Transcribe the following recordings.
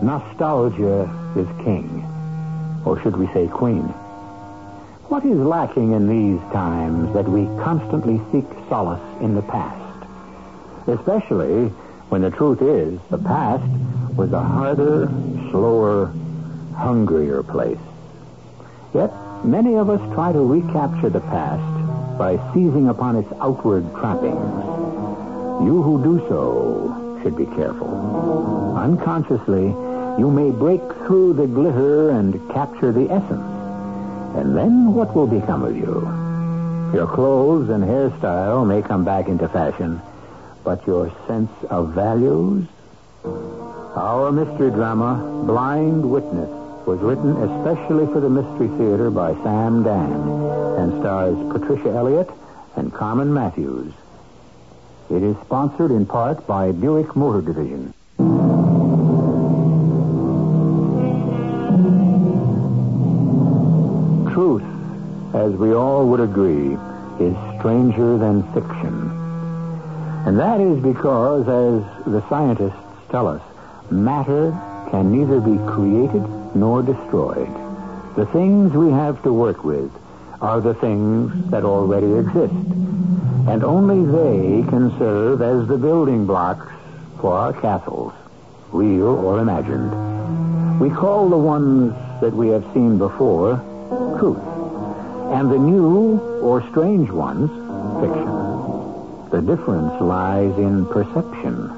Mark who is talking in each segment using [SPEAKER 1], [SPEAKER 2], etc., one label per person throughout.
[SPEAKER 1] nostalgia is king. Or should we say queen? What is lacking in these times that we constantly seek solace in the past? Especially when the truth is the past was a harder, slower, hungrier place. Yet, many of us try to recapture the past by seizing upon its outward trappings. You who do so should be careful. Unconsciously, you may break through the glitter and capture the essence. And then what will become of you? Your clothes and hairstyle may come back into fashion, but your sense of values? Our mystery drama, Blind Witness, was written especially for the Mystery Theater by Sam Dan and stars Patricia Elliott and Carmen Matthews. It is sponsored in part by Buick Motor Division. Truth, as we all would agree, is stranger than fiction. And that is because, as the scientists tell us, matter can neither be created nor destroyed. The things we have to work with are the things that already exist. And only they can serve as the building blocks for our castles, real or imagined. We call the ones that we have seen before truth, and the new or strange ones fiction. The difference lies in perception.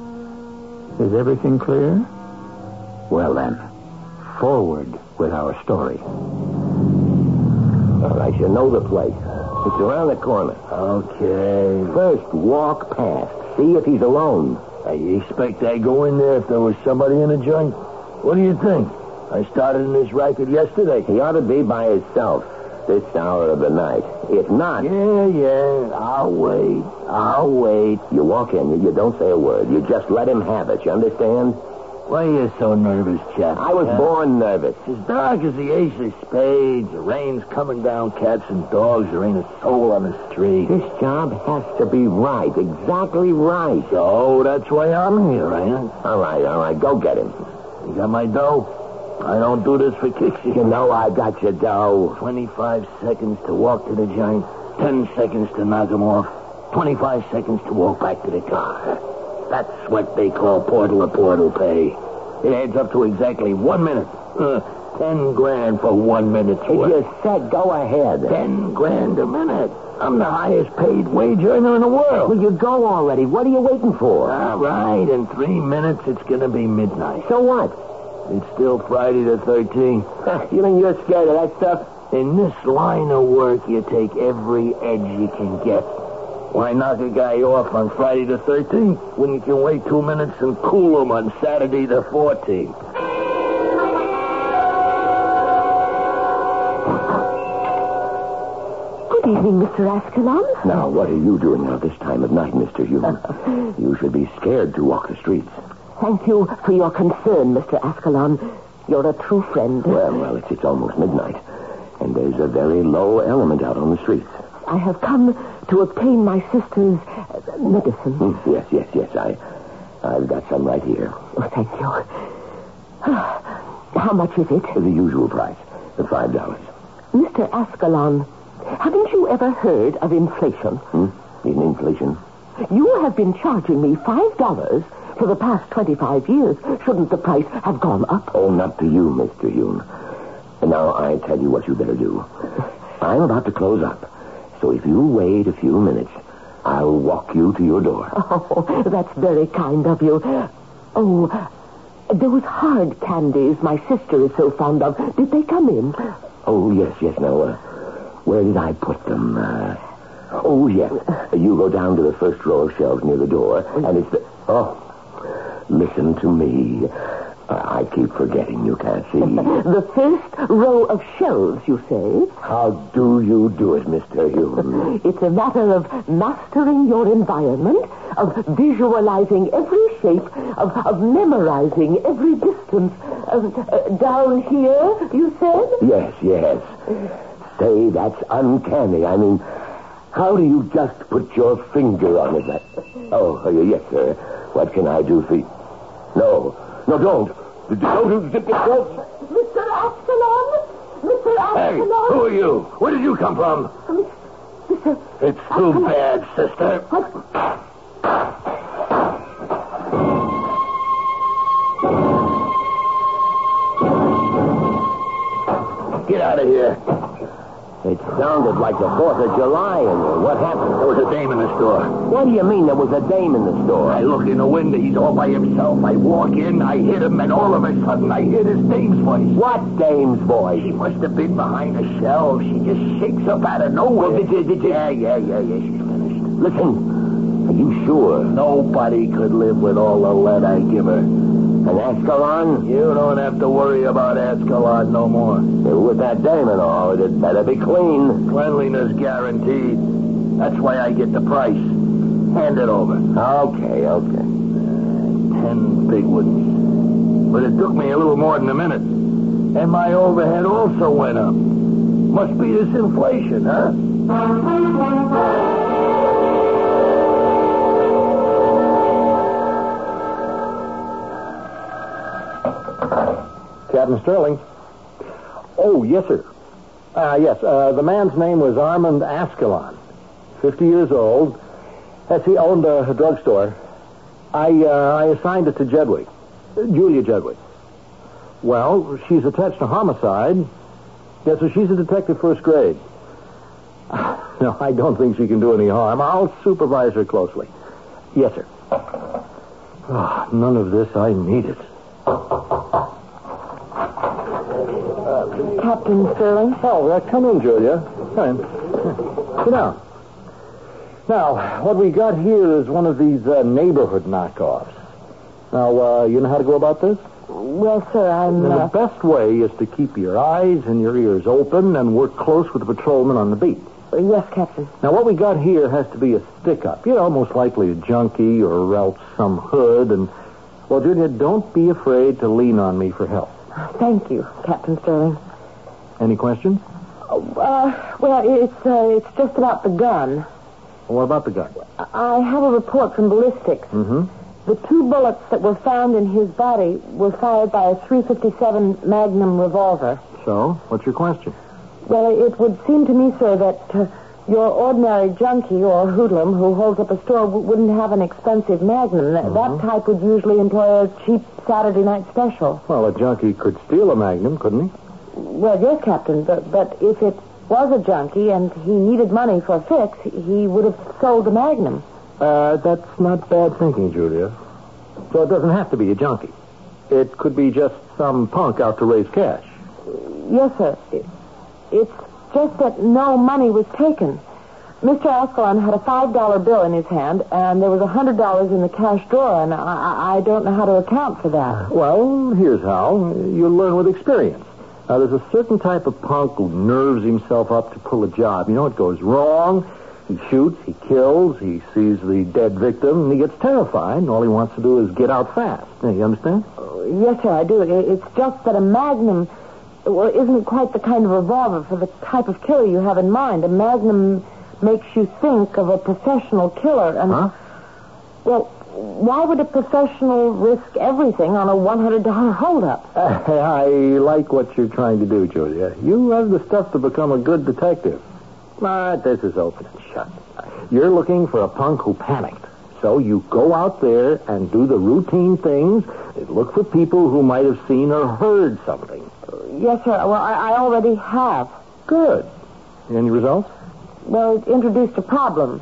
[SPEAKER 1] Is everything clear? Well then, forward with our story. All right, you know the place. It's around the corner. Okay. First, walk past. See if he's alone. Hey, you expect I go in there if there was somebody in the joint? What do you think? I started in this racket yesterday. He ought to be by himself this hour of the night. If not... Yeah, yeah. I'll wait. I'll wait. You walk in. You, you don't say a word. You just let him have it. You understand? Why are you so nervous, Chap? I was born nervous. As dark as the ace of spades, the rain's coming down, cats and dogs. There ain't a soul on the street. This job has to be right, exactly right. So that's why I'm here, ain't it? All right, all right, go get him. You got my dough? I don't do this for kicks. You know I got your dough. Twenty-five seconds to walk to the giant, ten seconds to knock him off, twenty-five seconds to walk back to the car. That's what they call portal to portal pay. It adds up to exactly one minute. Uh, ten grand for one minute's work. You said go ahead. Ten grand a minute. I'm the highest paid wage earner in the world. Well, you go already. What are you waiting for? All right. In three minutes, it's going to be midnight. So what? It's still Friday the 13th. you mean you're scared of that stuff? In this line of work, you take every edge you can get. Why knock a guy off on Friday the 13th when you can wait two minutes and cool him on Saturday the 14th?
[SPEAKER 2] Good evening, Mr. Askelon.
[SPEAKER 1] Now, what are you doing now this time of night, Mr. Hume? you should be scared to walk the streets.
[SPEAKER 2] Thank you for your concern, Mr. Askelon. You're a true friend.
[SPEAKER 1] Well, well, it's, it's almost midnight, and there's a very low element out on the streets.
[SPEAKER 2] I have come to obtain my sister's uh, medicine.
[SPEAKER 1] Hmm, Yes, yes, yes, I, I've got some right here.
[SPEAKER 2] Oh, thank you. Ah, How much is it?
[SPEAKER 1] The usual price, the five dollars.
[SPEAKER 2] Mr. Askelon, haven't you ever heard of inflation?
[SPEAKER 1] Hmm? In inflation.
[SPEAKER 2] You have been charging me $5 for the past 25 years. Shouldn't the price have gone up?
[SPEAKER 1] Oh, not to you, Mr. Hume. And now I tell you what you better do. I'm about to close up, so if you wait a few minutes, I'll walk you to your door.
[SPEAKER 2] Oh, that's very kind of you. Oh, those hard candies my sister is so fond of, did they come in?
[SPEAKER 1] Oh, yes, yes. Now, uh, where did I put them? Uh, oh, yes. You go down to the first row of shelves near the door, and it's the... Oh, listen to me. I I keep forgetting you can't see.
[SPEAKER 2] The first row of shelves, you say?
[SPEAKER 1] How do you do it, Mr. Hume?
[SPEAKER 2] It's a matter of mastering your environment, of visualizing every shape, of, of memorizing every distance. Of, uh, down here, you said?
[SPEAKER 1] Yes, yes. Say, that's uncanny. I mean, how do you just put your finger on it? Like... Oh, uh, yes, sir. What can I do for you? No, no, don't. D- Don't, do- don't.
[SPEAKER 2] Mr. Absalom? Mr.
[SPEAKER 1] Hey, who are you? Where did you come from? It's too bad, sister. Get out of here. It sounded like the 4th of July in there. What happened? There was a dame in the store. What do you mean there was a dame in the store? I look in the window. He's all by himself. I walk in. I hit him, and all of a sudden, I hear this dame's voice. What dame's voice? She must have been behind a shelf. She just shakes up out of nowhere. Well, did you, did you... Yeah, yeah, yeah, yeah. She's finished. Listen, are you sure? Nobody could live with all the lead I give her. And Ascalon? You don't have to worry about Ascalon no more. With that dame and all, it had better be clean. Cleanliness guaranteed. That's why I get the price. Hand it over. Okay, okay. Ten big ones. But it took me a little more than a minute. And my overhead also went up. Must be this inflation, huh?
[SPEAKER 3] Captain Sterling. Oh, yes, sir. Uh, yes, uh, the man's name was Armand Ascalon, 50 years old. Yes, he owned a, a drugstore. I, uh, I assigned it to Jedwig, uh, Julia Jedwig. Well, she's attached to homicide. Yes, so she's a detective first grade. No, I don't think she can do any harm. I'll supervise her closely. Yes, sir. Ah, none of this. I need it.
[SPEAKER 2] Captain Sterling?
[SPEAKER 3] Oh, well, come in, Julia. Come in. Sit down. Now, what we got here is one of these uh, neighborhood knockoffs. Now, uh, you know how to go about this?
[SPEAKER 2] Well, sir, I'm.
[SPEAKER 3] And the
[SPEAKER 2] Uh,
[SPEAKER 3] best way is to keep your eyes and your ears open and work close with the patrolman on the beat.
[SPEAKER 2] yes, Captain.
[SPEAKER 3] Now, what we got here has to be a stick up. You know, most likely a junkie or else some hood. And, well, Julia, don't be afraid to lean on me for help.
[SPEAKER 2] Thank you, Captain Sterling.
[SPEAKER 3] Any questions?
[SPEAKER 2] Uh, well, it's uh, it's just about the gun.
[SPEAKER 3] What about the gun?
[SPEAKER 2] I have a report from ballistics.
[SPEAKER 3] Mm-hmm.
[SPEAKER 2] The two bullets that were found in his body were fired by a 357 Magnum revolver.
[SPEAKER 3] So, what's your question?
[SPEAKER 2] Well, it would seem to me, sir, that uh, your ordinary junkie or hoodlum who holds up a store w- wouldn't have an expensive Magnum. That, that type would usually employ a cheap Saturday night special.
[SPEAKER 3] Well, a junkie could steal a magnum, couldn't he?
[SPEAKER 2] Well, yes, Captain, but, but if it was a junkie and he needed money for a fix, he would have sold the Magnum.
[SPEAKER 3] Uh, that's not bad thinking, Julia. So it doesn't have to be a junkie. It could be just some punk out to raise cash.
[SPEAKER 2] Yes, sir. It- It's just that no money was taken. Mr. Ascalon had a $5 bill in his hand, and there was a $100 in the cash drawer, and I, I- I don't know how to account for that.
[SPEAKER 3] Well, here's how. You learn with experience. Now, there's a certain type of punk who nerves himself up to pull a job. You know, it goes wrong. He shoots, he kills, he sees the dead victim, and he gets terrified, and all he wants to do is get out fast. Now, You understand?
[SPEAKER 2] Yes, sir, I do. It- It's just that a Magnum well, isn't quite the kind of revolver for the type of killer you have in mind. A Magnum makes you think of a professional killer, and,
[SPEAKER 3] Huh?
[SPEAKER 2] well, why would a professional risk everything on a $100 holdup?
[SPEAKER 3] I like what you're trying to do, Julia. You have the stuff to become a good detective. But this is open and shut. You're looking for a punk who panicked. So you go out there and do the routine things and look for people who might have seen or heard something.
[SPEAKER 2] Yes, sir. Well, I, I already have.
[SPEAKER 3] Good. Any results?
[SPEAKER 2] Well, it introduced a problem.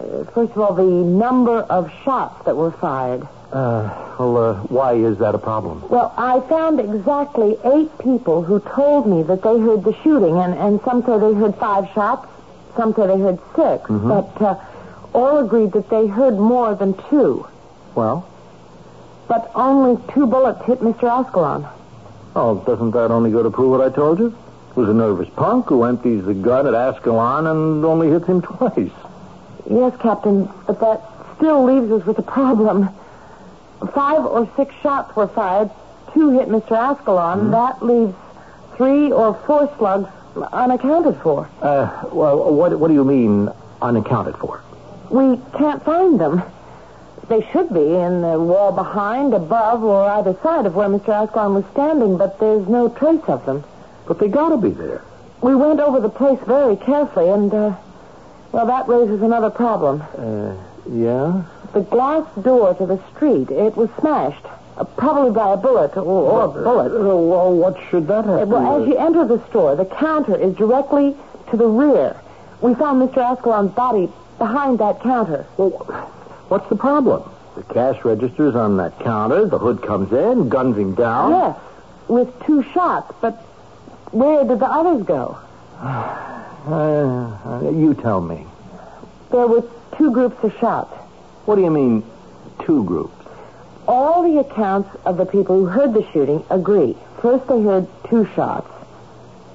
[SPEAKER 2] Uh, first of all, the number of shots that were fired.
[SPEAKER 3] Uh, well, uh, why is that a problem?
[SPEAKER 2] Well, I found exactly eight people who told me that they heard the shooting, and, and some say they heard five shots, some say they heard 6 but uh, all agreed that they heard more than two.
[SPEAKER 3] Well,
[SPEAKER 2] But only two bullets hit Mr. Ascalon.
[SPEAKER 3] Oh, doesn't that only go to prove what I told you? It was a nervous punk who empties the gun at Ascalon and only hits him twice.
[SPEAKER 2] Yes, Captain, but that still leaves us with a problem. Five or six shots were fired. Two hit Mr. Ascalon. That leaves three or four slugs unaccounted for.
[SPEAKER 3] Uh, well, what, what do you mean unaccounted for?
[SPEAKER 2] We can't find them. They should be in the wall behind, above, or either side of where Mr. Ascalon was standing, but there's no trace of them.
[SPEAKER 3] But they gotta be there.
[SPEAKER 2] We went over the place very carefully, and, uh, well, that raises another problem.
[SPEAKER 3] Uh, yeah?
[SPEAKER 2] The glass door to the street, it was smashed, uh, probably by a bullet or, or a bullet.
[SPEAKER 3] Uh, well, what should that have
[SPEAKER 2] Uh, Well, as
[SPEAKER 3] with?
[SPEAKER 2] you enter the store, the counter is directly to the rear. We found Mr. Ascalon's body behind that counter.
[SPEAKER 3] Well, what's the problem? The cash register's on that counter. The hood comes in, guns him down.
[SPEAKER 2] Yes, with two shots, but where did the others go?
[SPEAKER 3] Uh, uh, you tell me.
[SPEAKER 2] There were two groups of shots.
[SPEAKER 3] What do you mean, two groups?
[SPEAKER 2] All the accounts of the people who heard the shooting agree. First, they heard two shots.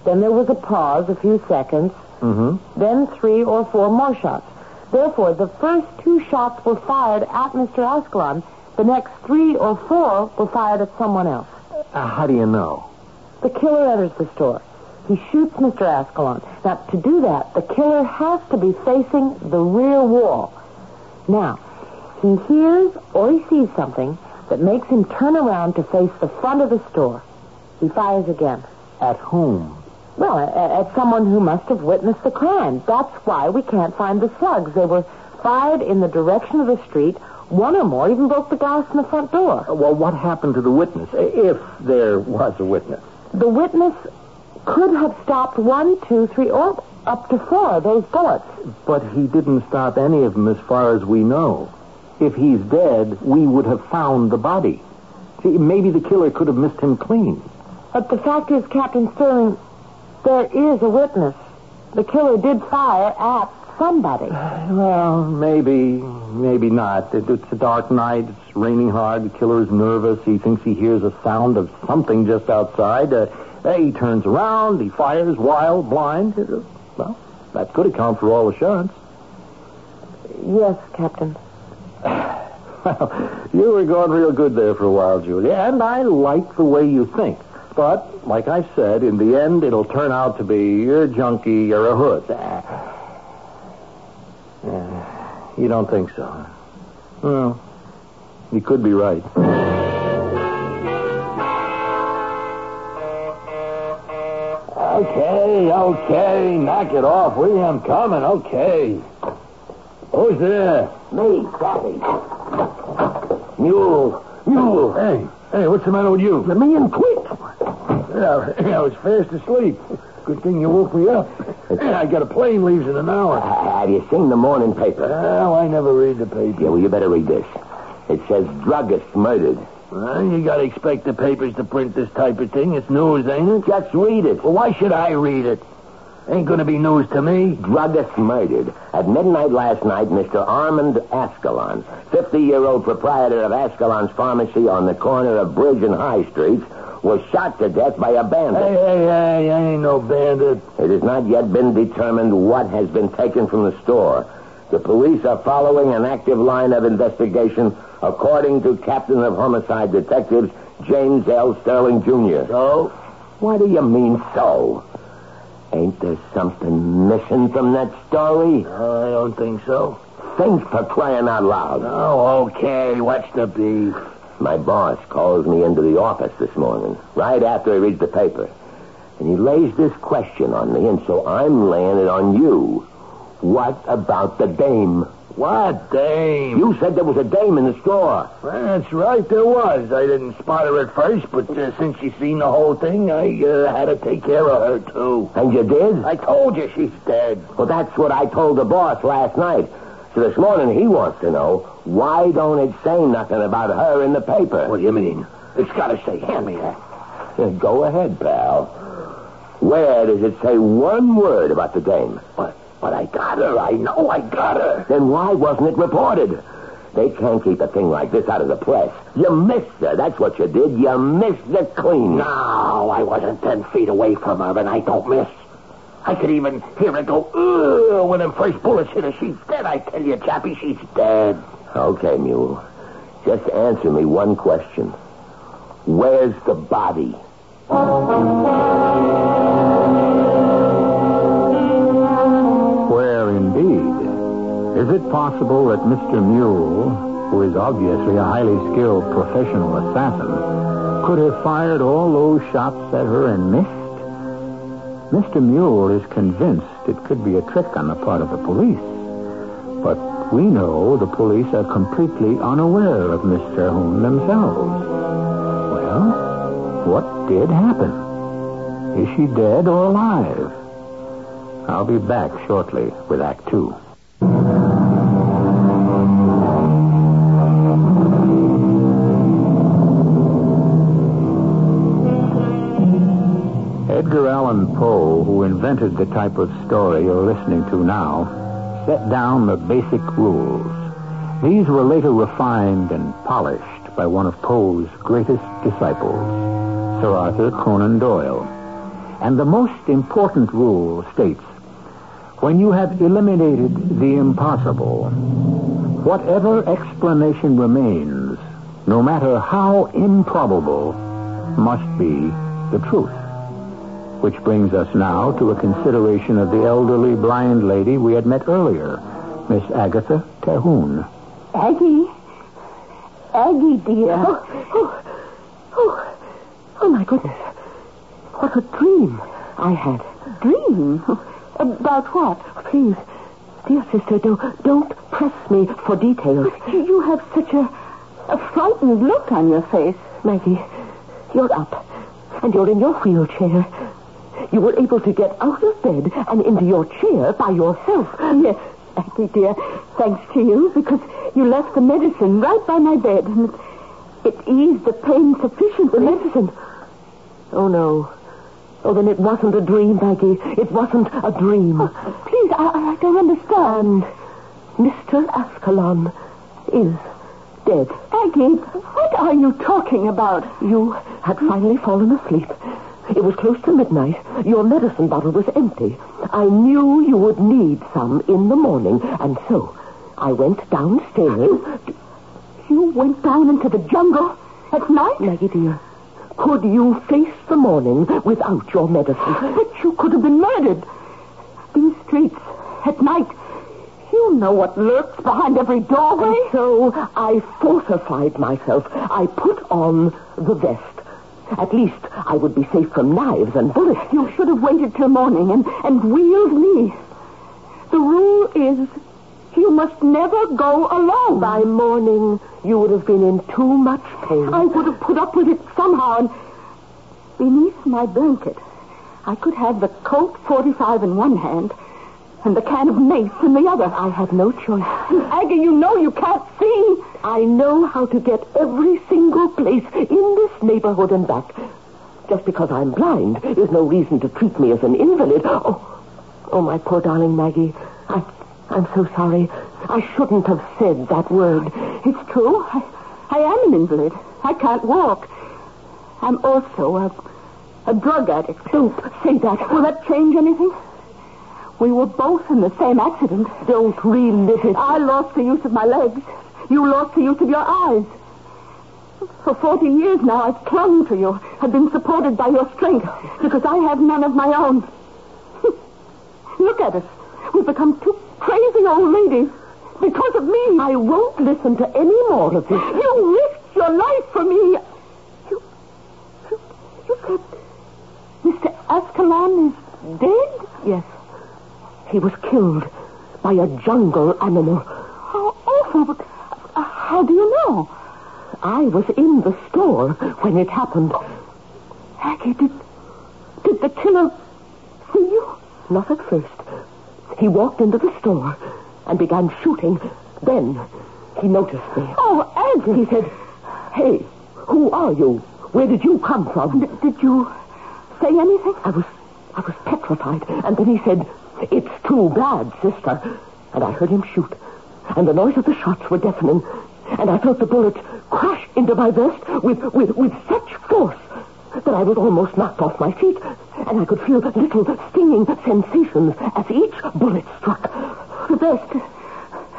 [SPEAKER 2] Then there was a pause, a few seconds.
[SPEAKER 3] Mm-hmm.
[SPEAKER 2] Then three or four more shots. Therefore, the first two shots were fired at Mr. Ascalon. The next three or four were fired at someone else.
[SPEAKER 3] Uh, how do you know?
[SPEAKER 2] The killer enters the store. He shoots Mr. Ascalon. Now, to do that, the killer has to be facing the rear wall. Now, he hears or he sees something that makes him turn around to face the front of the store. He fires again.
[SPEAKER 3] At whom?
[SPEAKER 2] Well, at, at someone who must have witnessed the crime. That's why we can't find the slugs. They were fired in the direction of the street. One or more even broke the glass in the front door.
[SPEAKER 3] Uh, Well, what happened to the witness, i- if there was a witness?
[SPEAKER 2] The witness could have stopped one, two, three, or up to four of those bullets.
[SPEAKER 3] But he didn't stop any of them as far as we know. If he's dead, we would have found the body. See, maybe the killer could have missed him clean.
[SPEAKER 2] But the fact is, Captain Sterling, there is a witness. The killer did fire at somebody.
[SPEAKER 3] Well, maybe, maybe not. It- it's a dark night. It's raining hard. The killer is nervous. He thinks he hears a sound of something just outside. Uh, he turns around. He fires wild, blind. Uh, Well, that could account for all the shots.
[SPEAKER 2] Yes, Captain.
[SPEAKER 3] Well, you were going real good there for a while, Julia, and I like the way you think. But, like I said, in the end, it'll turn out to be you're a junkie, you're a hood. Ah. Ah, You don't think so? huh? Well, you could be right.
[SPEAKER 1] Okay, okay, knock it off, will you? I'm coming, okay. Who's there? Me, Pappy. Mule, mule. Hey, hey, what's the matter with you? Let me in quick. Yeah, I was fast asleep. Good thing you woke me up. Yeah, I got a plane leaves in an hour. Have you seen the morning paper? Well, I never read the paper. Yeah, well, you better read this. It says druggist murdered. Well, you gotta expect the papers to print this type of thing. It's news, ain't it? Just read it. Well, why should I read it? Ain't gonna be news to me. Druggist murdered. At midnight last night, Mr. Armand Ascalon, 50-year-old proprietor of Ascalon's Pharmacy on the corner of Bridge and High Streets, was shot to death by a bandit.
[SPEAKER 3] Hey, hey, hey, I ain't no bandit.
[SPEAKER 1] It has not yet been determined what has been taken from the store. The police are following an active line of investigation, according to Captain of Homicide Detectives James L. Sterling Jr. So? What do you mean, so? Ain't there something missing from that story?
[SPEAKER 3] I don't think so.
[SPEAKER 1] Think for crying out loud.
[SPEAKER 3] Oh, okay. What's the beef?
[SPEAKER 1] My boss calls me into the office this morning, right after he reads the paper. And he lays this question on me, and so I'm laying it on you. What about the dame?
[SPEAKER 3] What, Dame?
[SPEAKER 1] You said there was a dame in the store.
[SPEAKER 3] Well, that's right, there was. I didn't spot her at first, but uh, since she's seen the whole thing, I uh, had to take care of her, too.
[SPEAKER 1] And you did?
[SPEAKER 3] I told you she's dead.
[SPEAKER 1] Well, that's what I told the boss last night. So this morning he wants to know why don't it say nothing about her in the paper?
[SPEAKER 3] What do you mean? It's got to say, hand me that.
[SPEAKER 1] Go ahead, pal. Where does it say one word about the dame?
[SPEAKER 3] But, but I got her. I know I got her.
[SPEAKER 1] Then why wasn't it reported?
[SPEAKER 4] They can't keep a thing like this out of the press. You missed her. That's what you did. You missed the queen.
[SPEAKER 5] No, I wasn't ten feet away from her, and I don't miss. I could even hear her go, ugh, when them first bullets hit her. She's dead, I tell you, Chappie. She's dead.
[SPEAKER 4] Okay, Mule. Just answer me one question. Where's the body?
[SPEAKER 1] Where indeed? Is it possible that Mr. Mule, who is obviously a highly skilled professional assassin, could have fired all those shots at her and missed? Mr. Mule is convinced it could be a trick on the part of the police. But we know the police are completely unaware of Mr. Hoon themselves. Well, what did happen? Is she dead or alive? I'll be back shortly with Act Two. Edgar Allan Poe, who invented the type of story you're listening to now, set down the basic rules. These were later refined and polished by one of Poe's greatest disciples, Sir Arthur Conan Doyle. And the most important rule states when you have eliminated the impossible, whatever explanation remains, no matter how improbable, must be the truth. Which brings us now to a consideration of the elderly blind lady we had met earlier, Miss Agatha Terhune.
[SPEAKER 2] Aggie. Aggie, dear. Oh, oh, oh, oh, my goodness. What a dream I had. Dream? About what? Please, dear sister, do, don't press me for details. You have such a, a frightened look on your face. Maggie, you're up, and you're in your wheelchair. You were able to get out of bed and into your chair by yourself. Yes, Aggie, dear, thanks to you, because you left the medicine right by my bed, and it, it eased the pain sufficiently. The medicine? Oh, no. Oh, then it wasn't a dream, Maggie. It wasn't a dream. Oh, please, I, I don't understand. Mr. Ascalon is dead. Aggie, what are you talking about? You had finally fallen asleep. It was close to midnight. Your medicine bottle was empty. I knew you would need some in the morning, and so I went downstairs. You went down into the jungle at night? Maggie, dear, could you face the morning without your medicine? But you could have been murdered. These streets, at night, you know what lurks behind every doorway. And so I fortified myself. I put on the vest. At least I would be safe from knives and bullets. You should have waited till morning and, and wheeled me. The rule is you must never go alone. By morning, you would have been in too much pain. I would have put up with it somehow, and beneath my blanket, I could have the Colt 45 in one hand and the can of mace in the other. I had no choice. Aggie, you know you can't see. I know how to get every single place in this neighborhood and back. Just because I'm blind is no reason to treat me as an invalid. Oh, oh, my poor darling Maggie. I, I'm so sorry. I shouldn't have said that word. It's true. I, I am an invalid. I can't walk. I'm also a, a drug addict. Don't say that. Will that change anything? We were both in the same accident. Don't relive it. I lost the use of my legs. You lost the use of your eyes. For 40 years now, I've clung to you. I've been supported by your strength because I have none of my own. Look at us. We've become two crazy old ladies because of me. I won't listen to any more of this. You risked your life for me. You, you, you said Mr. Ascalon is dead? Yes. He was killed by a jungle animal. How awful, but uh, how do you know? I was in the store when it happened. Aggie, did, did the killer see you? Not at first. He walked into the store and began shooting. Then he noticed me. Oh, Aggie! He said, Hey, who are you? Where did you come from? did you say anything? I was I was petrified. And then he said, It's too bad, sister. And I heard him shoot. and the noise of the shots were deafening, and I felt the bullets crash into my vest with, with, with such force that I was almost knocked off my feet, and I could feel little stinging sensations as each bullet struck. The vest.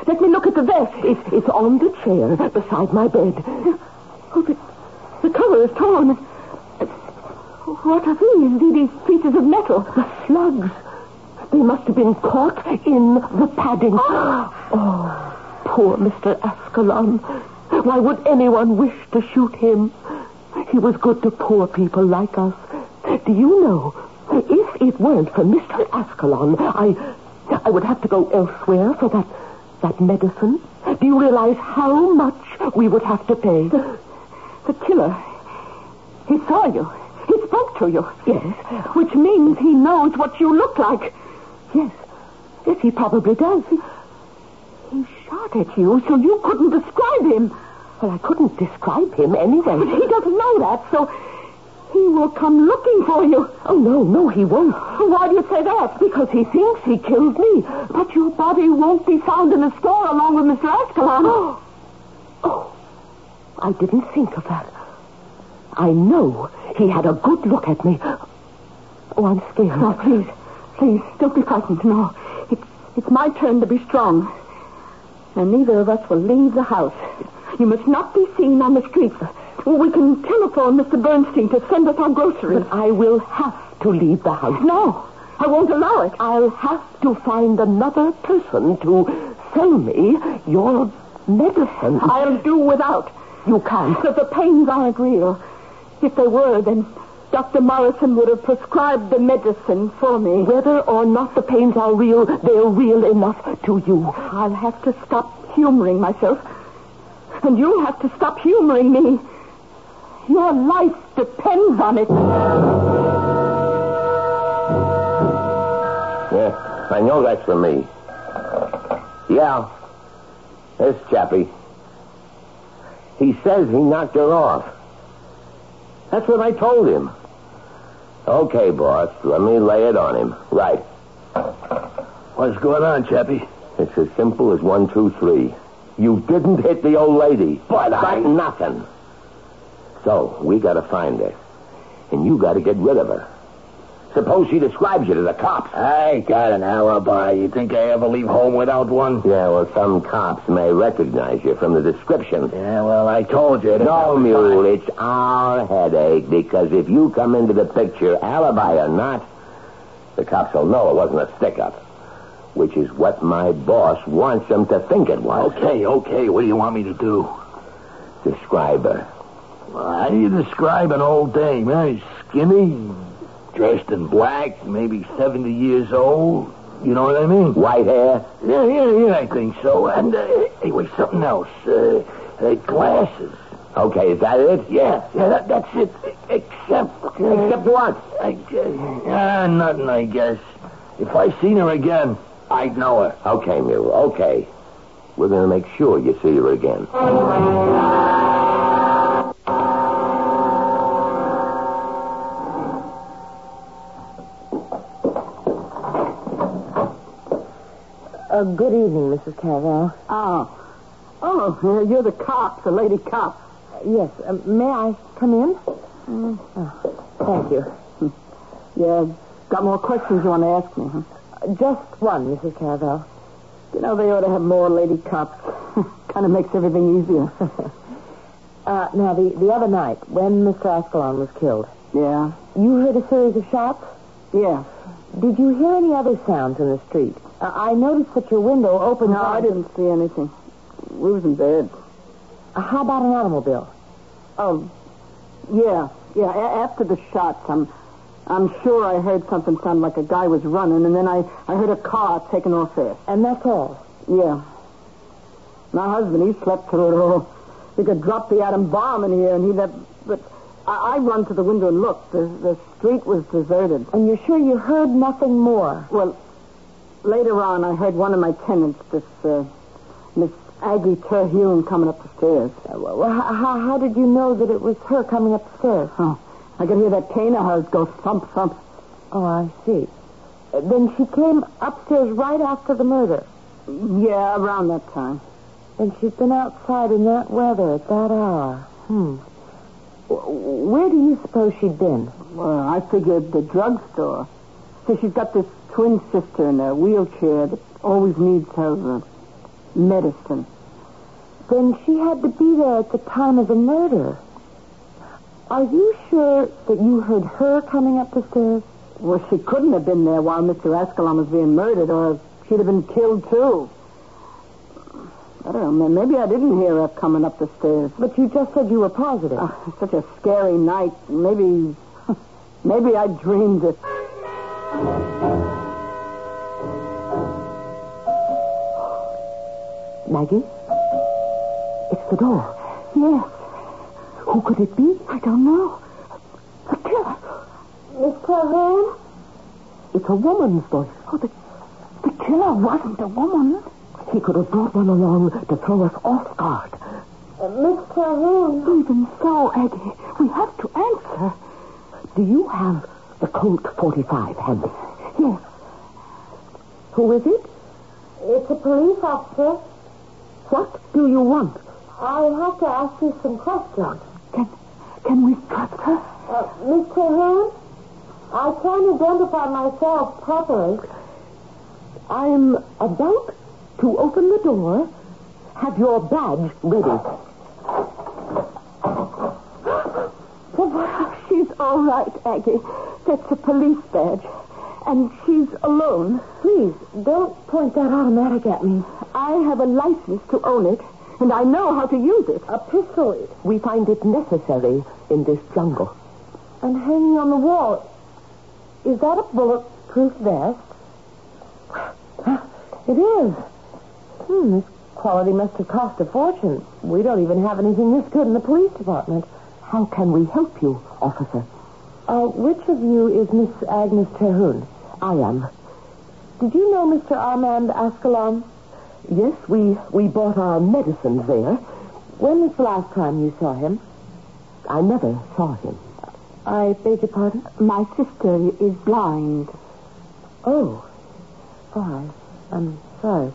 [SPEAKER 2] Let me look at the vest. It's, it's on the chair beside my bed. Oh, the, the cover is torn. What are these? These pieces of metal? The slugs. They must have been caught in the padding. Oh, poor Mr. Ascalon. Why would anyone wish to shoot him? He was good to poor people like us. Do you know, if it weren't for Mr. Ascalon, I, I would have to go elsewhere for that, that medicine. Do you realize how much we would have to pay? The, the killer, he saw you. He spoke to you. Yes. Which means he knows what you look like. Yes. Yes, he probably does. He, he shot at you, so you couldn't describe him. Well, I couldn't describe him anyway. But he doesn't know that, so he will come looking for you. Oh, no, no, he won't. Why do you say that? Because he thinks he killed me. But your body won't be found in the store along with Mr. Ascalon. Oh, oh I didn't think of that. I know he had a good look at me. Oh, I'm scared. Now, please, please, don't be frightened. No, it's, it's my turn to be strong. And neither of us will leave the house. You must not be seen on the streets. We can telephone Mr. Bernstein to send us our groceries. But I will have to leave the house. No, I won't allow it. I'll have to find another person to sell me your medicine. I'll do without. You can't. But the pains aren't real. If they were, then Dr. Morrison would have prescribed the medicine for me. Whether or not the pains are real, they're real enough to you. I'll have to stop humoring myself. And you'll have to stop humoring me. Your life depends on it.
[SPEAKER 1] Yeah, I know that's for me. Yeah. This chappie. He says he knocked her off. That's what I told him. Okay, boss, let me lay it on him. Right.
[SPEAKER 6] What's going on, Chappie?
[SPEAKER 1] It's as simple as one, two, three. You didn't hit the old lady.
[SPEAKER 6] But I-
[SPEAKER 1] But nothing. So, we gotta find her. And you gotta get rid of her. Suppose she describes you to the cops.
[SPEAKER 6] I got an alibi. You think I ever leave home without one?
[SPEAKER 1] Yeah, well, some cops may recognize you from the description.
[SPEAKER 6] Yeah, well, I told you. that-
[SPEAKER 1] No, Mule, it's our headache because if you come into the picture, alibi or not, the cops will know it wasn't a stick up, which is what my boss wants them to think it was.
[SPEAKER 6] Okay, okay. What do you want me to do?
[SPEAKER 1] Describe her.
[SPEAKER 6] Well, how do you describe an old dame? eh? skinny, dressed in black, maybe 70 years old. You know what I mean?
[SPEAKER 1] White hair?
[SPEAKER 6] Yeah, yeah, yeah, I think so. And uh, anyway, something else. Uh, uh, glasses.
[SPEAKER 1] Okay, is that it?
[SPEAKER 6] Yeah, yeah, that, that's it. Except, uh,
[SPEAKER 1] Except what?
[SPEAKER 6] I guess, ah, nothing. I guess. If I seen her again, I'd know her.
[SPEAKER 1] Okay, Mule, okay. We're going to make sure you see her again.
[SPEAKER 7] Uh, good evening, Mrs. Carval.
[SPEAKER 2] Oh. Oh, uh, you're the cops, the lady cops.
[SPEAKER 7] Yes, uh, may I come in? Oh, thank you.
[SPEAKER 2] Mm. Yeah, got more questions you want to ask me, huh?
[SPEAKER 7] Uh, Just one, Mrs. Carval.
[SPEAKER 2] You know, they ought to have more lady cops. kind of makes everything easier.
[SPEAKER 7] Uh, now, the, the other night, when Mr. Ascalon was killed,
[SPEAKER 2] yeah,
[SPEAKER 7] you heard a series of shots?
[SPEAKER 2] yeah.
[SPEAKER 7] Did you hear any other sounds in the street? Uh, I noticed that your window opened.
[SPEAKER 2] No, I didn't see anything. We was in bed.
[SPEAKER 7] Uh, how about an automobile?
[SPEAKER 2] Oh, yeah, yeah. A- after the shots, I'm, I'm sure I heard something sound like a guy was running, and then I, I heard a car taking off fast.
[SPEAKER 7] And that's all.
[SPEAKER 2] Yeah. My husband, he slept through it all. He could drop the atom bomb in here, and he'd have. But I, I run to the window and looked. The, the street was deserted.
[SPEAKER 7] And you're sure you heard nothing more?
[SPEAKER 2] Well, later on, I heard one of my tenants, this uh, Miss Aggie Terhune, coming up the stairs.
[SPEAKER 7] Uh, well, how, how, how did you know that it was her coming up the stairs?
[SPEAKER 2] Oh, I could hear that cane of hers go thump thump.
[SPEAKER 7] Oh, I see. Uh, Then she came upstairs right after the murder.
[SPEAKER 8] Yeah, around that time.
[SPEAKER 2] And she's been outside in that weather at that hour. Hmm. W- Where do you suppose she'd been?
[SPEAKER 8] Well, I figured the drugstore. So she's got this twin sister in a wheelchair that always needs her uh, medicine.
[SPEAKER 2] Then she had to be there at the time of the murder. Are you sure that you heard her coming up the stairs?
[SPEAKER 8] Well, she couldn't have been there while Mr. Ascalon was being murdered, or she'd have been killed too. I don't know. Maybe I didn't hear her coming up the stairs.
[SPEAKER 2] But you just said you were positive.
[SPEAKER 8] Ah, it's such a scary night. Maybe, maybe I dreamed it.
[SPEAKER 9] Maggie? It's the door. Yes. Who could it be? I don't know. The killer.
[SPEAKER 2] Miss Calhoun?
[SPEAKER 9] It's a woman's voice. Oh, the, the killer wasn't a woman. He could have brought one along to throw us off guard.
[SPEAKER 2] Miss Calhoun?
[SPEAKER 9] Even so, Aggie, we have to answer. Do you have the Colt 45 handy? Yes. Who is it?
[SPEAKER 2] It's a police officer.
[SPEAKER 9] What do you want?
[SPEAKER 2] I'll have to ask you some questions.
[SPEAKER 9] Can, can we trust her?
[SPEAKER 2] Uh, Miss Calhoun? I can't identify myself properly.
[SPEAKER 9] I'm about to open the door. Have your badge ready.
[SPEAKER 8] She's all right, Aggie. That's a police badge. And she's alone.
[SPEAKER 2] Please, don't point that automatic at me.
[SPEAKER 8] I have a license to own it, and I know how to use it.
[SPEAKER 2] A pistol
[SPEAKER 9] We find it necessary in this jungle.
[SPEAKER 2] and hanging on the wall. Is that a bulletproof vest? It is. Hmm, this quality must have cost a fortune. We don't even have anything this good in the police department.
[SPEAKER 9] How can we help you, officer?
[SPEAKER 2] Uh, which of you is Miss Agnes Terhune?
[SPEAKER 9] I am.
[SPEAKER 2] Did you know Mr. Armand Ascalon?
[SPEAKER 9] Yes, we, we bought our medicines there.
[SPEAKER 2] When was the last time you saw him?
[SPEAKER 9] I never saw him.
[SPEAKER 2] I beg your pardon?
[SPEAKER 8] My sister is blind.
[SPEAKER 2] Oh. Oh, I, I'm sorry.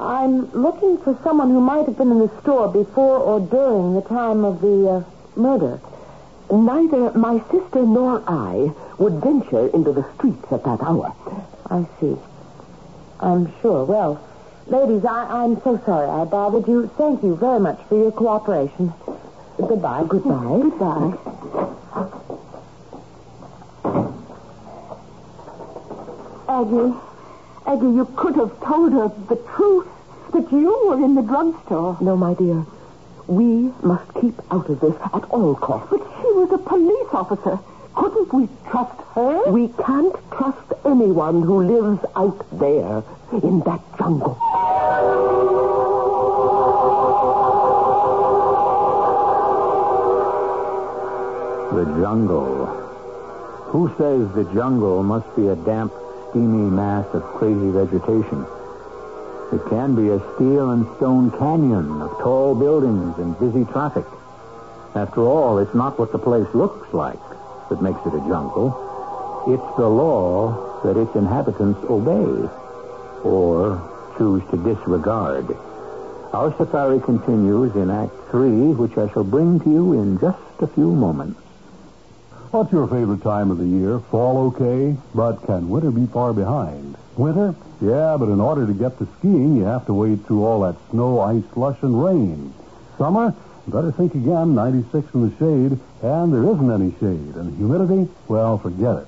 [SPEAKER 2] I'm looking for someone who might have been in the store before or during the time of the uh, murder.
[SPEAKER 9] Neither my sister nor I would venture into the streets at that hour.
[SPEAKER 2] I see. I'm sure. Well, ladies, I, I'm so sorry I bothered you. Thank you very much for your cooperation. Goodbye.
[SPEAKER 9] Goodbye. Goodbye.
[SPEAKER 8] Aggie, Aggie, you could have told her the truth that you were in the drugstore.
[SPEAKER 9] No, my dear. We must keep out of this at all costs.
[SPEAKER 8] But she was a police officer. Couldn't we trust her?
[SPEAKER 9] We can't trust anyone who lives out there in that jungle.
[SPEAKER 10] The jungle. Who says the jungle must be a damp, steamy mass of crazy vegetation? It can be a steel and stone canyon of tall buildings and busy traffic. After all, it's not what the place looks like that makes it a jungle. It's the law that its inhabitants obey or choose to disregard. Our safari continues in Act 3, which I shall bring to you in just a few moments.
[SPEAKER 1] What's your favorite time of the year? Fall okay, but can winter be far behind? Winter? Yeah, but in order to get to skiing, you have to wade through all that snow, ice, slush, and rain. Summer? Better think again, 96 in the shade, and there isn't any shade. And humidity? Well, forget it.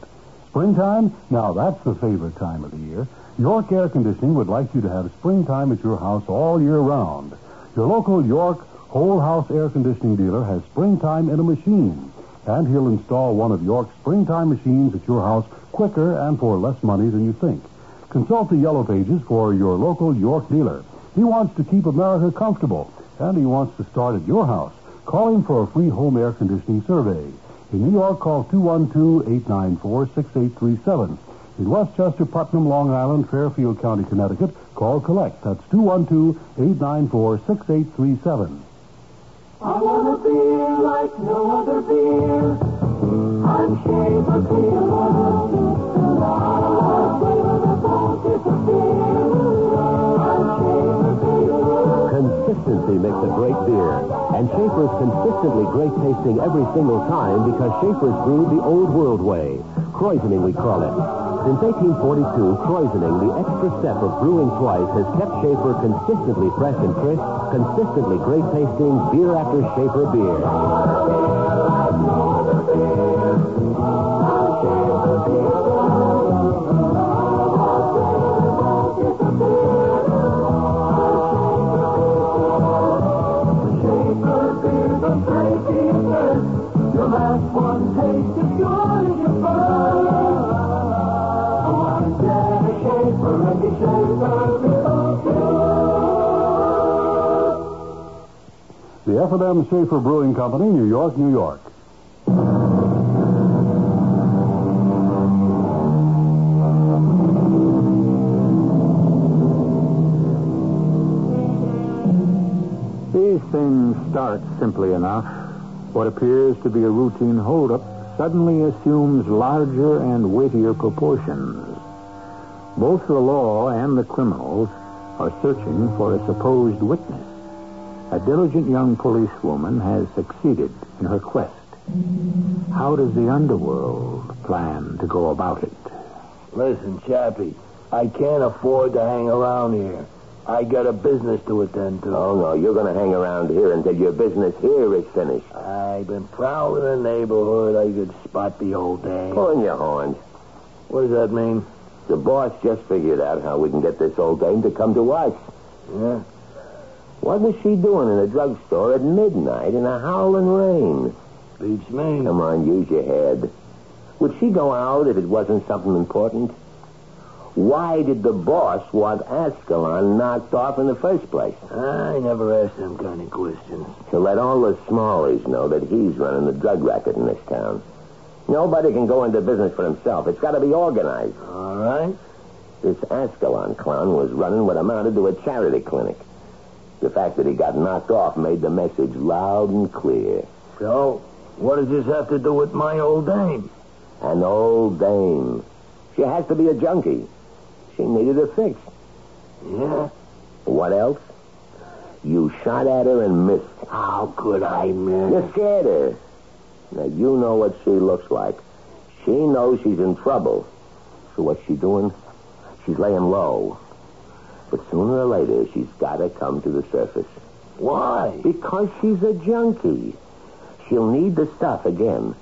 [SPEAKER 1] Springtime? Now that's the favorite time of the year. York Air Conditioning would like you to have springtime at your house all year round. Your local York whole house air conditioning dealer has springtime in a machine and he'll install one of York's springtime machines at your house quicker and for less money than you think. Consult the Yellow Pages for your local York dealer. He wants to keep America comfortable, and he wants to start at your house. Call him for a free home air conditioning survey. In New York, call 212-894-6837. In Westchester, Putnam, Long Island, Fairfield County, Connecticut, call Collect. That's 212-894-6837.
[SPEAKER 9] Thank
[SPEAKER 11] Schaefer's consistently great tasting every single time because Schaefer's brewed the old world way. Croisening, we call it. Since 1842, croisening, the extra step of brewing twice, has kept Schaefer consistently fresh and crisp, consistently great tasting beer after Schaefer beer.
[SPEAKER 12] The F&M Schaefer Brewing Company, New York, New York.
[SPEAKER 13] These things start simply enough. What appears to be a routine holdup suddenly assumes larger and weightier proportions. Both the law and the criminals are searching for a supposed witness. A diligent young policewoman has succeeded in her quest. How does the underworld plan to go about it?
[SPEAKER 14] Listen, Chappie, I can't afford to hang around here. I got a business to attend to.
[SPEAKER 15] Oh, no, you're going to hang around here until your business here is finished.
[SPEAKER 14] I've been prowling the neighborhood. I could spot the old dame.
[SPEAKER 15] Pull in your horns.
[SPEAKER 14] What does that mean?
[SPEAKER 15] The boss just figured out how we can get this old dame to come to us.
[SPEAKER 14] Yeah?
[SPEAKER 15] What was she doing in a drugstore at midnight in a howling rain?
[SPEAKER 14] Beats me.
[SPEAKER 15] Come on, use your head. Would she go out if it wasn't something important? Why did the boss want Ascalon knocked off in the first place?
[SPEAKER 14] I never asked them kind of questions.
[SPEAKER 15] To let all the smallies know that he's running the drug racket in this town. Nobody can go into business for himself. It's got to be organized.
[SPEAKER 14] All right.
[SPEAKER 15] This Ascalon clown was running what amounted to a charity clinic. The fact that he got knocked off made the message loud and clear.
[SPEAKER 14] So, what does this have to do with my old dame?
[SPEAKER 15] An old dame. She has to be a junkie. She needed a fix.
[SPEAKER 14] Yeah?
[SPEAKER 15] What else? You shot at her and missed.
[SPEAKER 14] How could I miss?
[SPEAKER 15] You scared her. Now, you know what she looks like. She knows she's in trouble. So what's she doing? She's laying low. But sooner or later, she's got to come to the surface.
[SPEAKER 14] Why?
[SPEAKER 15] Because she's a junkie. She'll need the stuff again.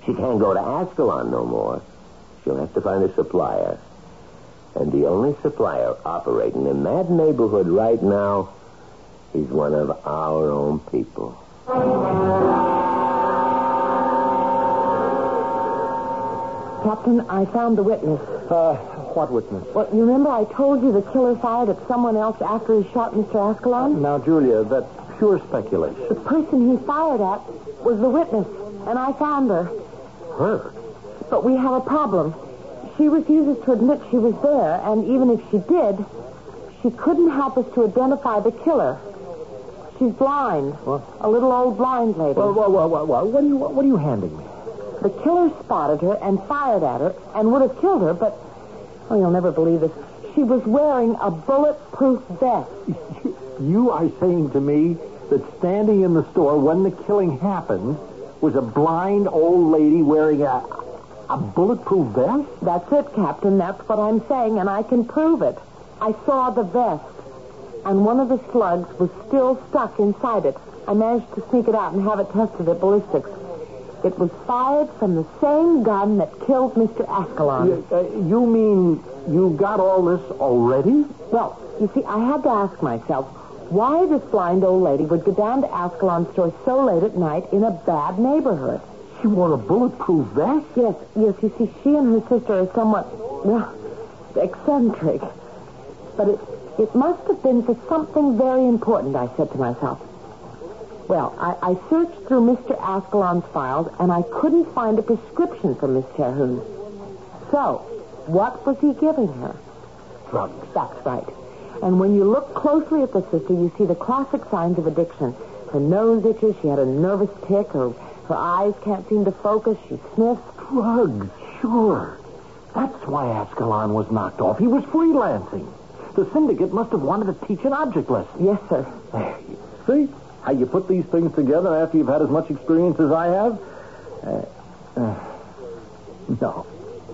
[SPEAKER 15] She can't go to Ascalon no more. She'll have to find a supplier. And the only supplier operating in that neighborhood right now is one of our own people.
[SPEAKER 2] Captain, I found the witness.
[SPEAKER 1] Uh, what witness?
[SPEAKER 2] Well, you remember I told you the killer fired at someone else after he shot Mr. Ascalon?
[SPEAKER 1] Now, Julia, that's pure speculation.
[SPEAKER 2] The person he fired at was the witness, and I found her.
[SPEAKER 1] Her?
[SPEAKER 2] But we have a problem. She refuses to admit she was there, and even if she did, she couldn't help us to identify the killer. She's blind.
[SPEAKER 1] What?
[SPEAKER 2] A little old blind lady.
[SPEAKER 1] Well, well, well, well, well, what are you, what are you handing me?
[SPEAKER 2] The killer spotted her and fired at her and would have killed her, but. Oh, you'll never believe this. She was wearing a bulletproof vest.
[SPEAKER 1] You are saying to me that standing in the store when the killing happened was a blind old lady wearing a, a bulletproof vest?
[SPEAKER 2] That's it, Captain. That's what I'm saying, and I can prove it. I saw the vest, and one of the slugs was still stuck inside it. I managed to sneak it out and have it tested at ballistics. It was fired from the same gun that killed Mr. Ascalon.
[SPEAKER 1] You, uh, you mean you got all this already?
[SPEAKER 2] Well, you see, I had to ask myself why this blind old lady would go down to Ascalon store so late at night in a bad neighborhood.
[SPEAKER 1] She wore a bulletproof vest?
[SPEAKER 2] Yes, yes, you see, she and her sister are somewhat, well, eccentric. But it, it must have been for something very important, I said to myself. Well, I, I searched through Mr. Ascalon's files, and I couldn't find a prescription for Miss Terhune. So, what was he giving her?
[SPEAKER 1] Drugs.
[SPEAKER 2] That's right. And when you look closely at the sister, you see the classic signs of addiction. Her nose itches. She had a nervous tick. Her, her eyes can't seem to focus. She sniffs.
[SPEAKER 1] Drugs, sure. That's why Ascalon was knocked off. He was freelancing. The syndicate must have wanted to teach an object lesson.
[SPEAKER 2] Yes, sir.
[SPEAKER 1] There, you see? how you put these things together after you've had as much experience as I have? Uh, uh, no.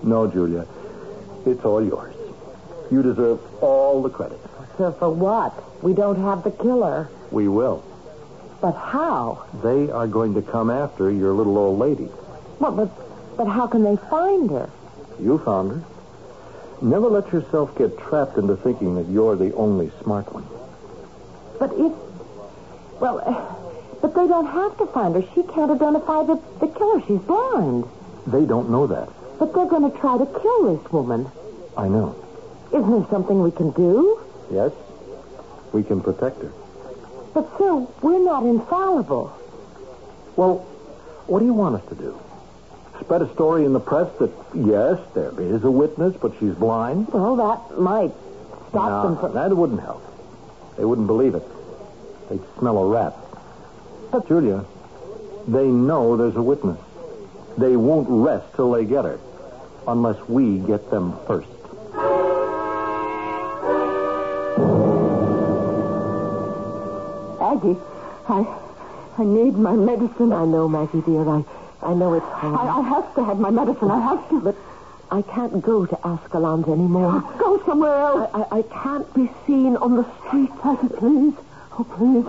[SPEAKER 1] No, Julia. It's all yours. You deserve all the credit.
[SPEAKER 16] So for what? We don't have the killer.
[SPEAKER 1] We will.
[SPEAKER 16] But how?
[SPEAKER 1] They are going to come after your little old lady.
[SPEAKER 16] What? But, but how can they find her?
[SPEAKER 1] You found her. Never let yourself get trapped into thinking that you're the only smart one.
[SPEAKER 16] But if, well, eh, but they don't have to find her. She can't identify the, the killer. She's blind.
[SPEAKER 1] They don't know that.
[SPEAKER 16] But they're going to try to kill this woman.
[SPEAKER 1] I know.
[SPEAKER 16] Isn't there something we can do?
[SPEAKER 1] Yes? We can protect her.
[SPEAKER 16] But, sir, we're not infallible.
[SPEAKER 1] Well, what do you want us to do? Spread a story in the press that, yes, there is a witness, but she's blind?
[SPEAKER 16] Well, that might stop
[SPEAKER 1] Nah,
[SPEAKER 16] them from.
[SPEAKER 1] That wouldn't help. They wouldn't believe it. They'd smell a rat. But, Julia, they know there's a witness. They won't rest till they get her, unless we get them first.
[SPEAKER 2] Aggie, I, I need my medicine.
[SPEAKER 17] I know, Maggie dear. I, I know it's hard.
[SPEAKER 2] I, I have to have my medicine. I have to. But
[SPEAKER 17] I can't go to Ascalon's anymore.
[SPEAKER 2] go somewhere else.
[SPEAKER 17] I, I, I can't be seen on the street. please. Oh, please.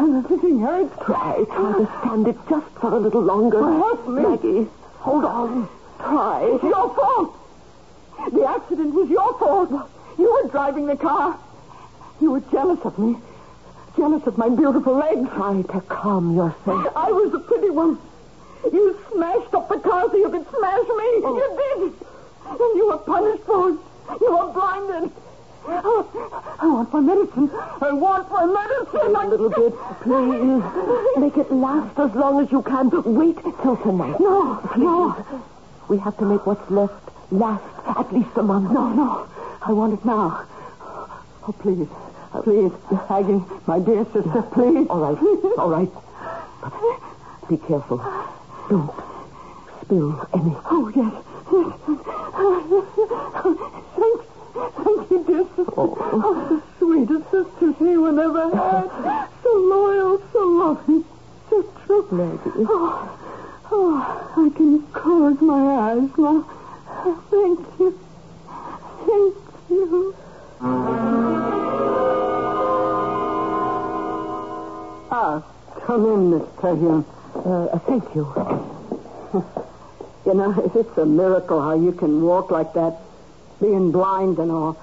[SPEAKER 17] Everything hurts. Try, try to stand it just for a little longer.
[SPEAKER 2] help me.
[SPEAKER 17] Maggie.
[SPEAKER 2] Hold on.
[SPEAKER 17] Try.
[SPEAKER 2] It's your fault. The accident was your fault. You were driving the car. You were jealous of me. Jealous of my beautiful legs.
[SPEAKER 17] Try to calm yourself.
[SPEAKER 2] I was a pretty one. You smashed up the car so you could smash me.
[SPEAKER 17] Oh.
[SPEAKER 2] You did. And you were punished for it. You were blinded. Oh, I want my medicine. I want my medicine.
[SPEAKER 17] A little bit, please. Make it last as long as you can. Wait till tonight.
[SPEAKER 2] No,
[SPEAKER 17] please.
[SPEAKER 2] no.
[SPEAKER 17] We have to make what's left last at least a month.
[SPEAKER 2] No, no. I want it now. Oh, please. Please, Aggie, my dear sister, please.
[SPEAKER 17] All right, all right. But be careful. Don't spill any.
[SPEAKER 2] Oh, yes. yes. Thank, thank you, dear sister. Oh. the sweetest sisters anyone ever had. So loyal, so loving, so true.
[SPEAKER 17] Maggie.
[SPEAKER 2] Oh, oh, I can close my eyes now. Thank you. Thank you.
[SPEAKER 17] Ah, come in, Miss Peggin. Uh, thank you.
[SPEAKER 2] Mm. You know, it's a miracle how you can walk like that, being blind and all.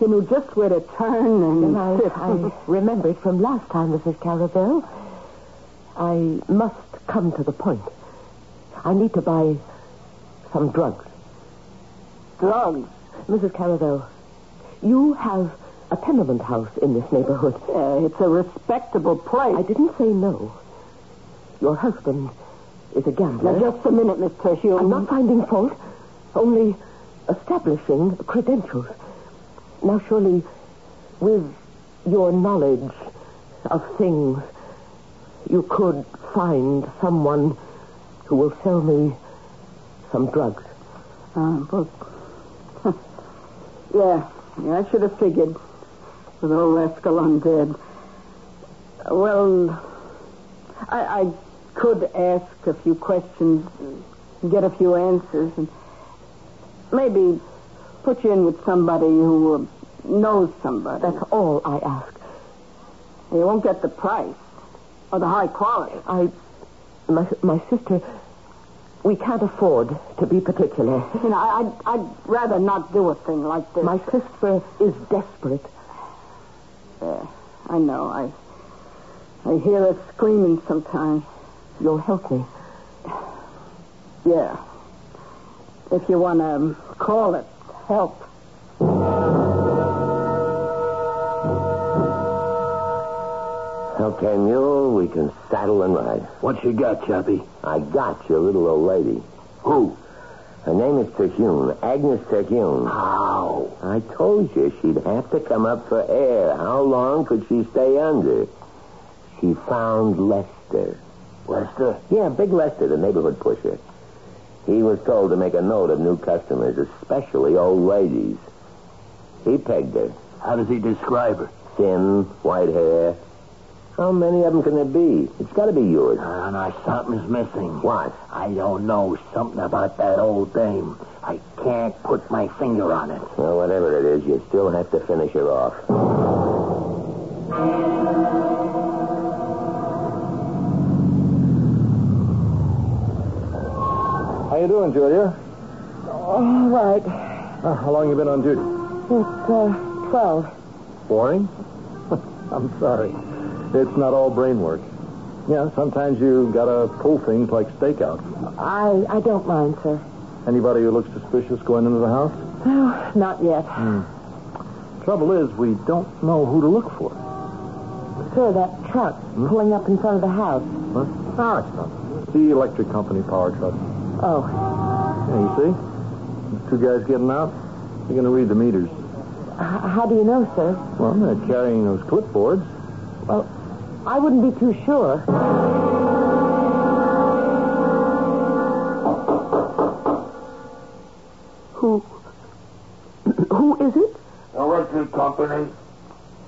[SPEAKER 2] You knew just where to turn and
[SPEAKER 17] And I,
[SPEAKER 2] sit.
[SPEAKER 17] I remember it from last time, Mrs. Caravel. I must come to the point. I need to buy some drugs.
[SPEAKER 2] Drugs.
[SPEAKER 17] Mrs. Caravel, you have a tenement house in this neighborhood.
[SPEAKER 2] Uh, it's a respectable place.
[SPEAKER 17] I didn't say no. Your husband is a gambler.
[SPEAKER 2] Now, just a minute, Miss Tertium.
[SPEAKER 17] I'm not finding fault, only establishing credentials. Now, surely, with your knowledge of things, you could find someone who will sell me some drugs.
[SPEAKER 2] Uh, well, huh. yeah, yeah, I should have figured. With old Escalon dead. Well, I, I could ask a few questions, get a few answers, and maybe put you in with somebody who uh, knows somebody.
[SPEAKER 17] That's all I ask.
[SPEAKER 2] You won't get the price or the high quality.
[SPEAKER 17] I, my, my sister, we can't afford to be particular.
[SPEAKER 2] You know, I, I'd, I'd rather not do a thing like this.
[SPEAKER 17] My sister is desperate.
[SPEAKER 2] Uh, I know. I I hear her screaming sometimes.
[SPEAKER 17] You'll help me.
[SPEAKER 2] Yeah. If you want to call it help.
[SPEAKER 18] Okay, mule, we can saddle and ride.
[SPEAKER 19] What you got, Choppy?
[SPEAKER 18] I got your little old lady.
[SPEAKER 19] Who?
[SPEAKER 18] Her name is Terhune, Agnes Terhune.
[SPEAKER 19] How?
[SPEAKER 18] I told you she'd have to come up for air. How long could she stay under? She found Lester.
[SPEAKER 19] Lester?
[SPEAKER 18] Yeah, Big Lester, the neighborhood pusher. He was told to make a note of new customers, especially old ladies. He pegged her.
[SPEAKER 19] How does he describe her?
[SPEAKER 18] Thin, white hair,
[SPEAKER 20] How many of them can there be? It's got to be yours.
[SPEAKER 17] No, no, something's missing.
[SPEAKER 20] What?
[SPEAKER 17] I don't know. Something about that old dame. I can't put my finger on it.
[SPEAKER 20] Well, whatever it is, you still have to finish her off.
[SPEAKER 21] How you doing, Julia?
[SPEAKER 2] All right.
[SPEAKER 21] Uh, how long you been on duty?
[SPEAKER 2] It's, uh, 12.
[SPEAKER 21] Boring? I'm sorry. It's not all brain work. Yeah, sometimes you gotta pull things like stakeouts.
[SPEAKER 2] I, I don't mind, sir.
[SPEAKER 21] Anybody who looks suspicious going into the house?
[SPEAKER 2] No, not yet.
[SPEAKER 21] Trouble is, we don't know who to look for.
[SPEAKER 2] Sir, that truck pulling up in front of the house.
[SPEAKER 21] Huh? No, it's not. The electric company power truck.
[SPEAKER 2] Oh,
[SPEAKER 21] Yeah, you see? Those two guys getting out, they're gonna read the meters.
[SPEAKER 2] h- how do you know, sir?
[SPEAKER 21] Well, they're carrying those clipboards.
[SPEAKER 2] Well, I wouldn't be too sure.
[SPEAKER 22] Who? Who is it?
[SPEAKER 17] Electric company.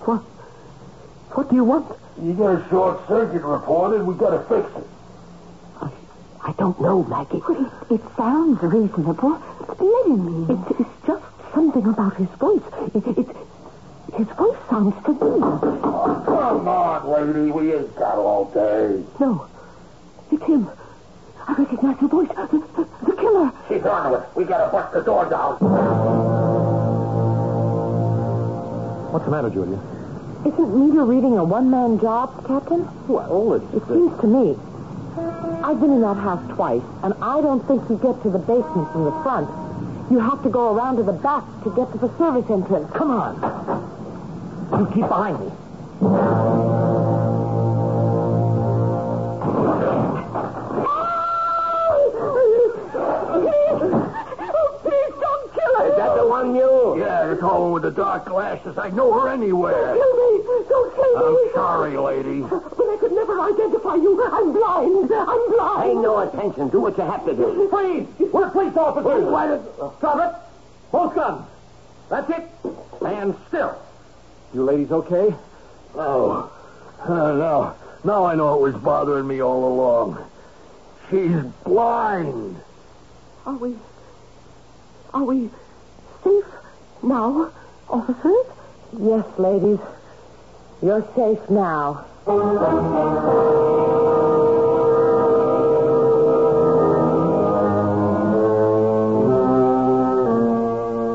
[SPEAKER 22] What? What do you want?
[SPEAKER 17] You get a short circuit reported. We got to fix it.
[SPEAKER 22] I, I don't know, Maggie.
[SPEAKER 23] It sounds reasonable. Let me.
[SPEAKER 22] It's, it's just something about his voice. It, it, his voice sounds familiar.
[SPEAKER 17] Come on, lady. We ain't got all day.
[SPEAKER 22] No, it's him. I recognize the voice. The, the- the killer.
[SPEAKER 17] She's on to it. We got to bust the door down.
[SPEAKER 21] What's the matter, Julia?
[SPEAKER 2] Isn't meter reading a one-man job, Captain?
[SPEAKER 21] Well, it's...
[SPEAKER 2] It seems to me. I've been in that house twice, and I don't think you get to the basement from the front. You have to go around to the back to get to the service entrance. Come on.
[SPEAKER 22] You keep behind me.
[SPEAKER 20] Is that the one you?
[SPEAKER 17] Yeah, it's all with the dark glasses. I know her anywhere. I'm sorry, lady.
[SPEAKER 22] But I could never identify you. I'm blind. I'm
[SPEAKER 20] Pay
[SPEAKER 22] blind.
[SPEAKER 20] no attention. Do what you have to do. Oh,
[SPEAKER 21] Please! We're police officers!
[SPEAKER 20] Why did...
[SPEAKER 17] Uh,
[SPEAKER 21] Stop it! Both guns! That's it! And still! You ladies okay?
[SPEAKER 17] Oh, uh, now, now I know it was bothering me all along. She's blind.
[SPEAKER 22] Are we? Are we safe now, officers?
[SPEAKER 2] Yes, ladies. You're safe now.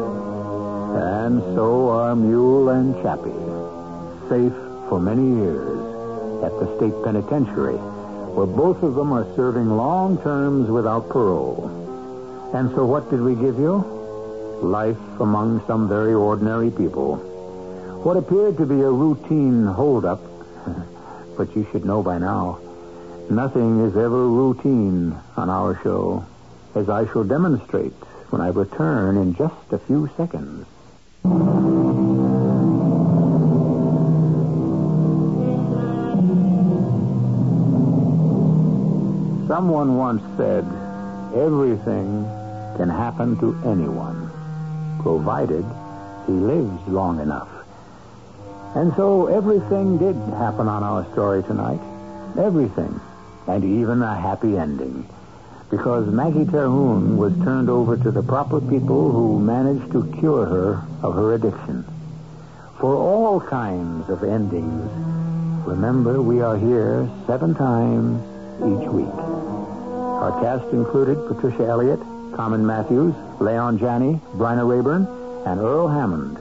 [SPEAKER 1] And so are Mule and Chappie, safe for many years at the state penitentiary, where both of them are serving long terms without parole. And so what did we give you? Life among some very ordinary people. What appeared to be a routine holdup, but you should know by now, nothing is ever routine on our show, as I shall demonstrate when I return in just a few seconds. Someone once said, everything can happen to anyone, provided he lives long enough. And so everything did happen on our story tonight. Everything. And even a happy ending. Because Maggie Terhune was turned over to the proper people who managed to cure her of her addiction. For all kinds of endings, remember we are here seven times each week. Our cast included Patricia Elliott, Common Matthews, Leon Janney, Bryna Rayburn, and Earl Hammond.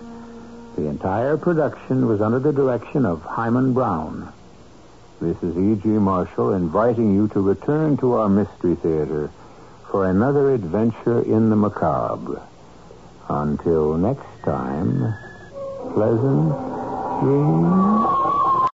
[SPEAKER 1] The entire production was under the direction of Hyman Brown. This is E.G. Marshall inviting you to return to our Mystery Theater for another adventure in the macabre. Until next time, pleasant dreams.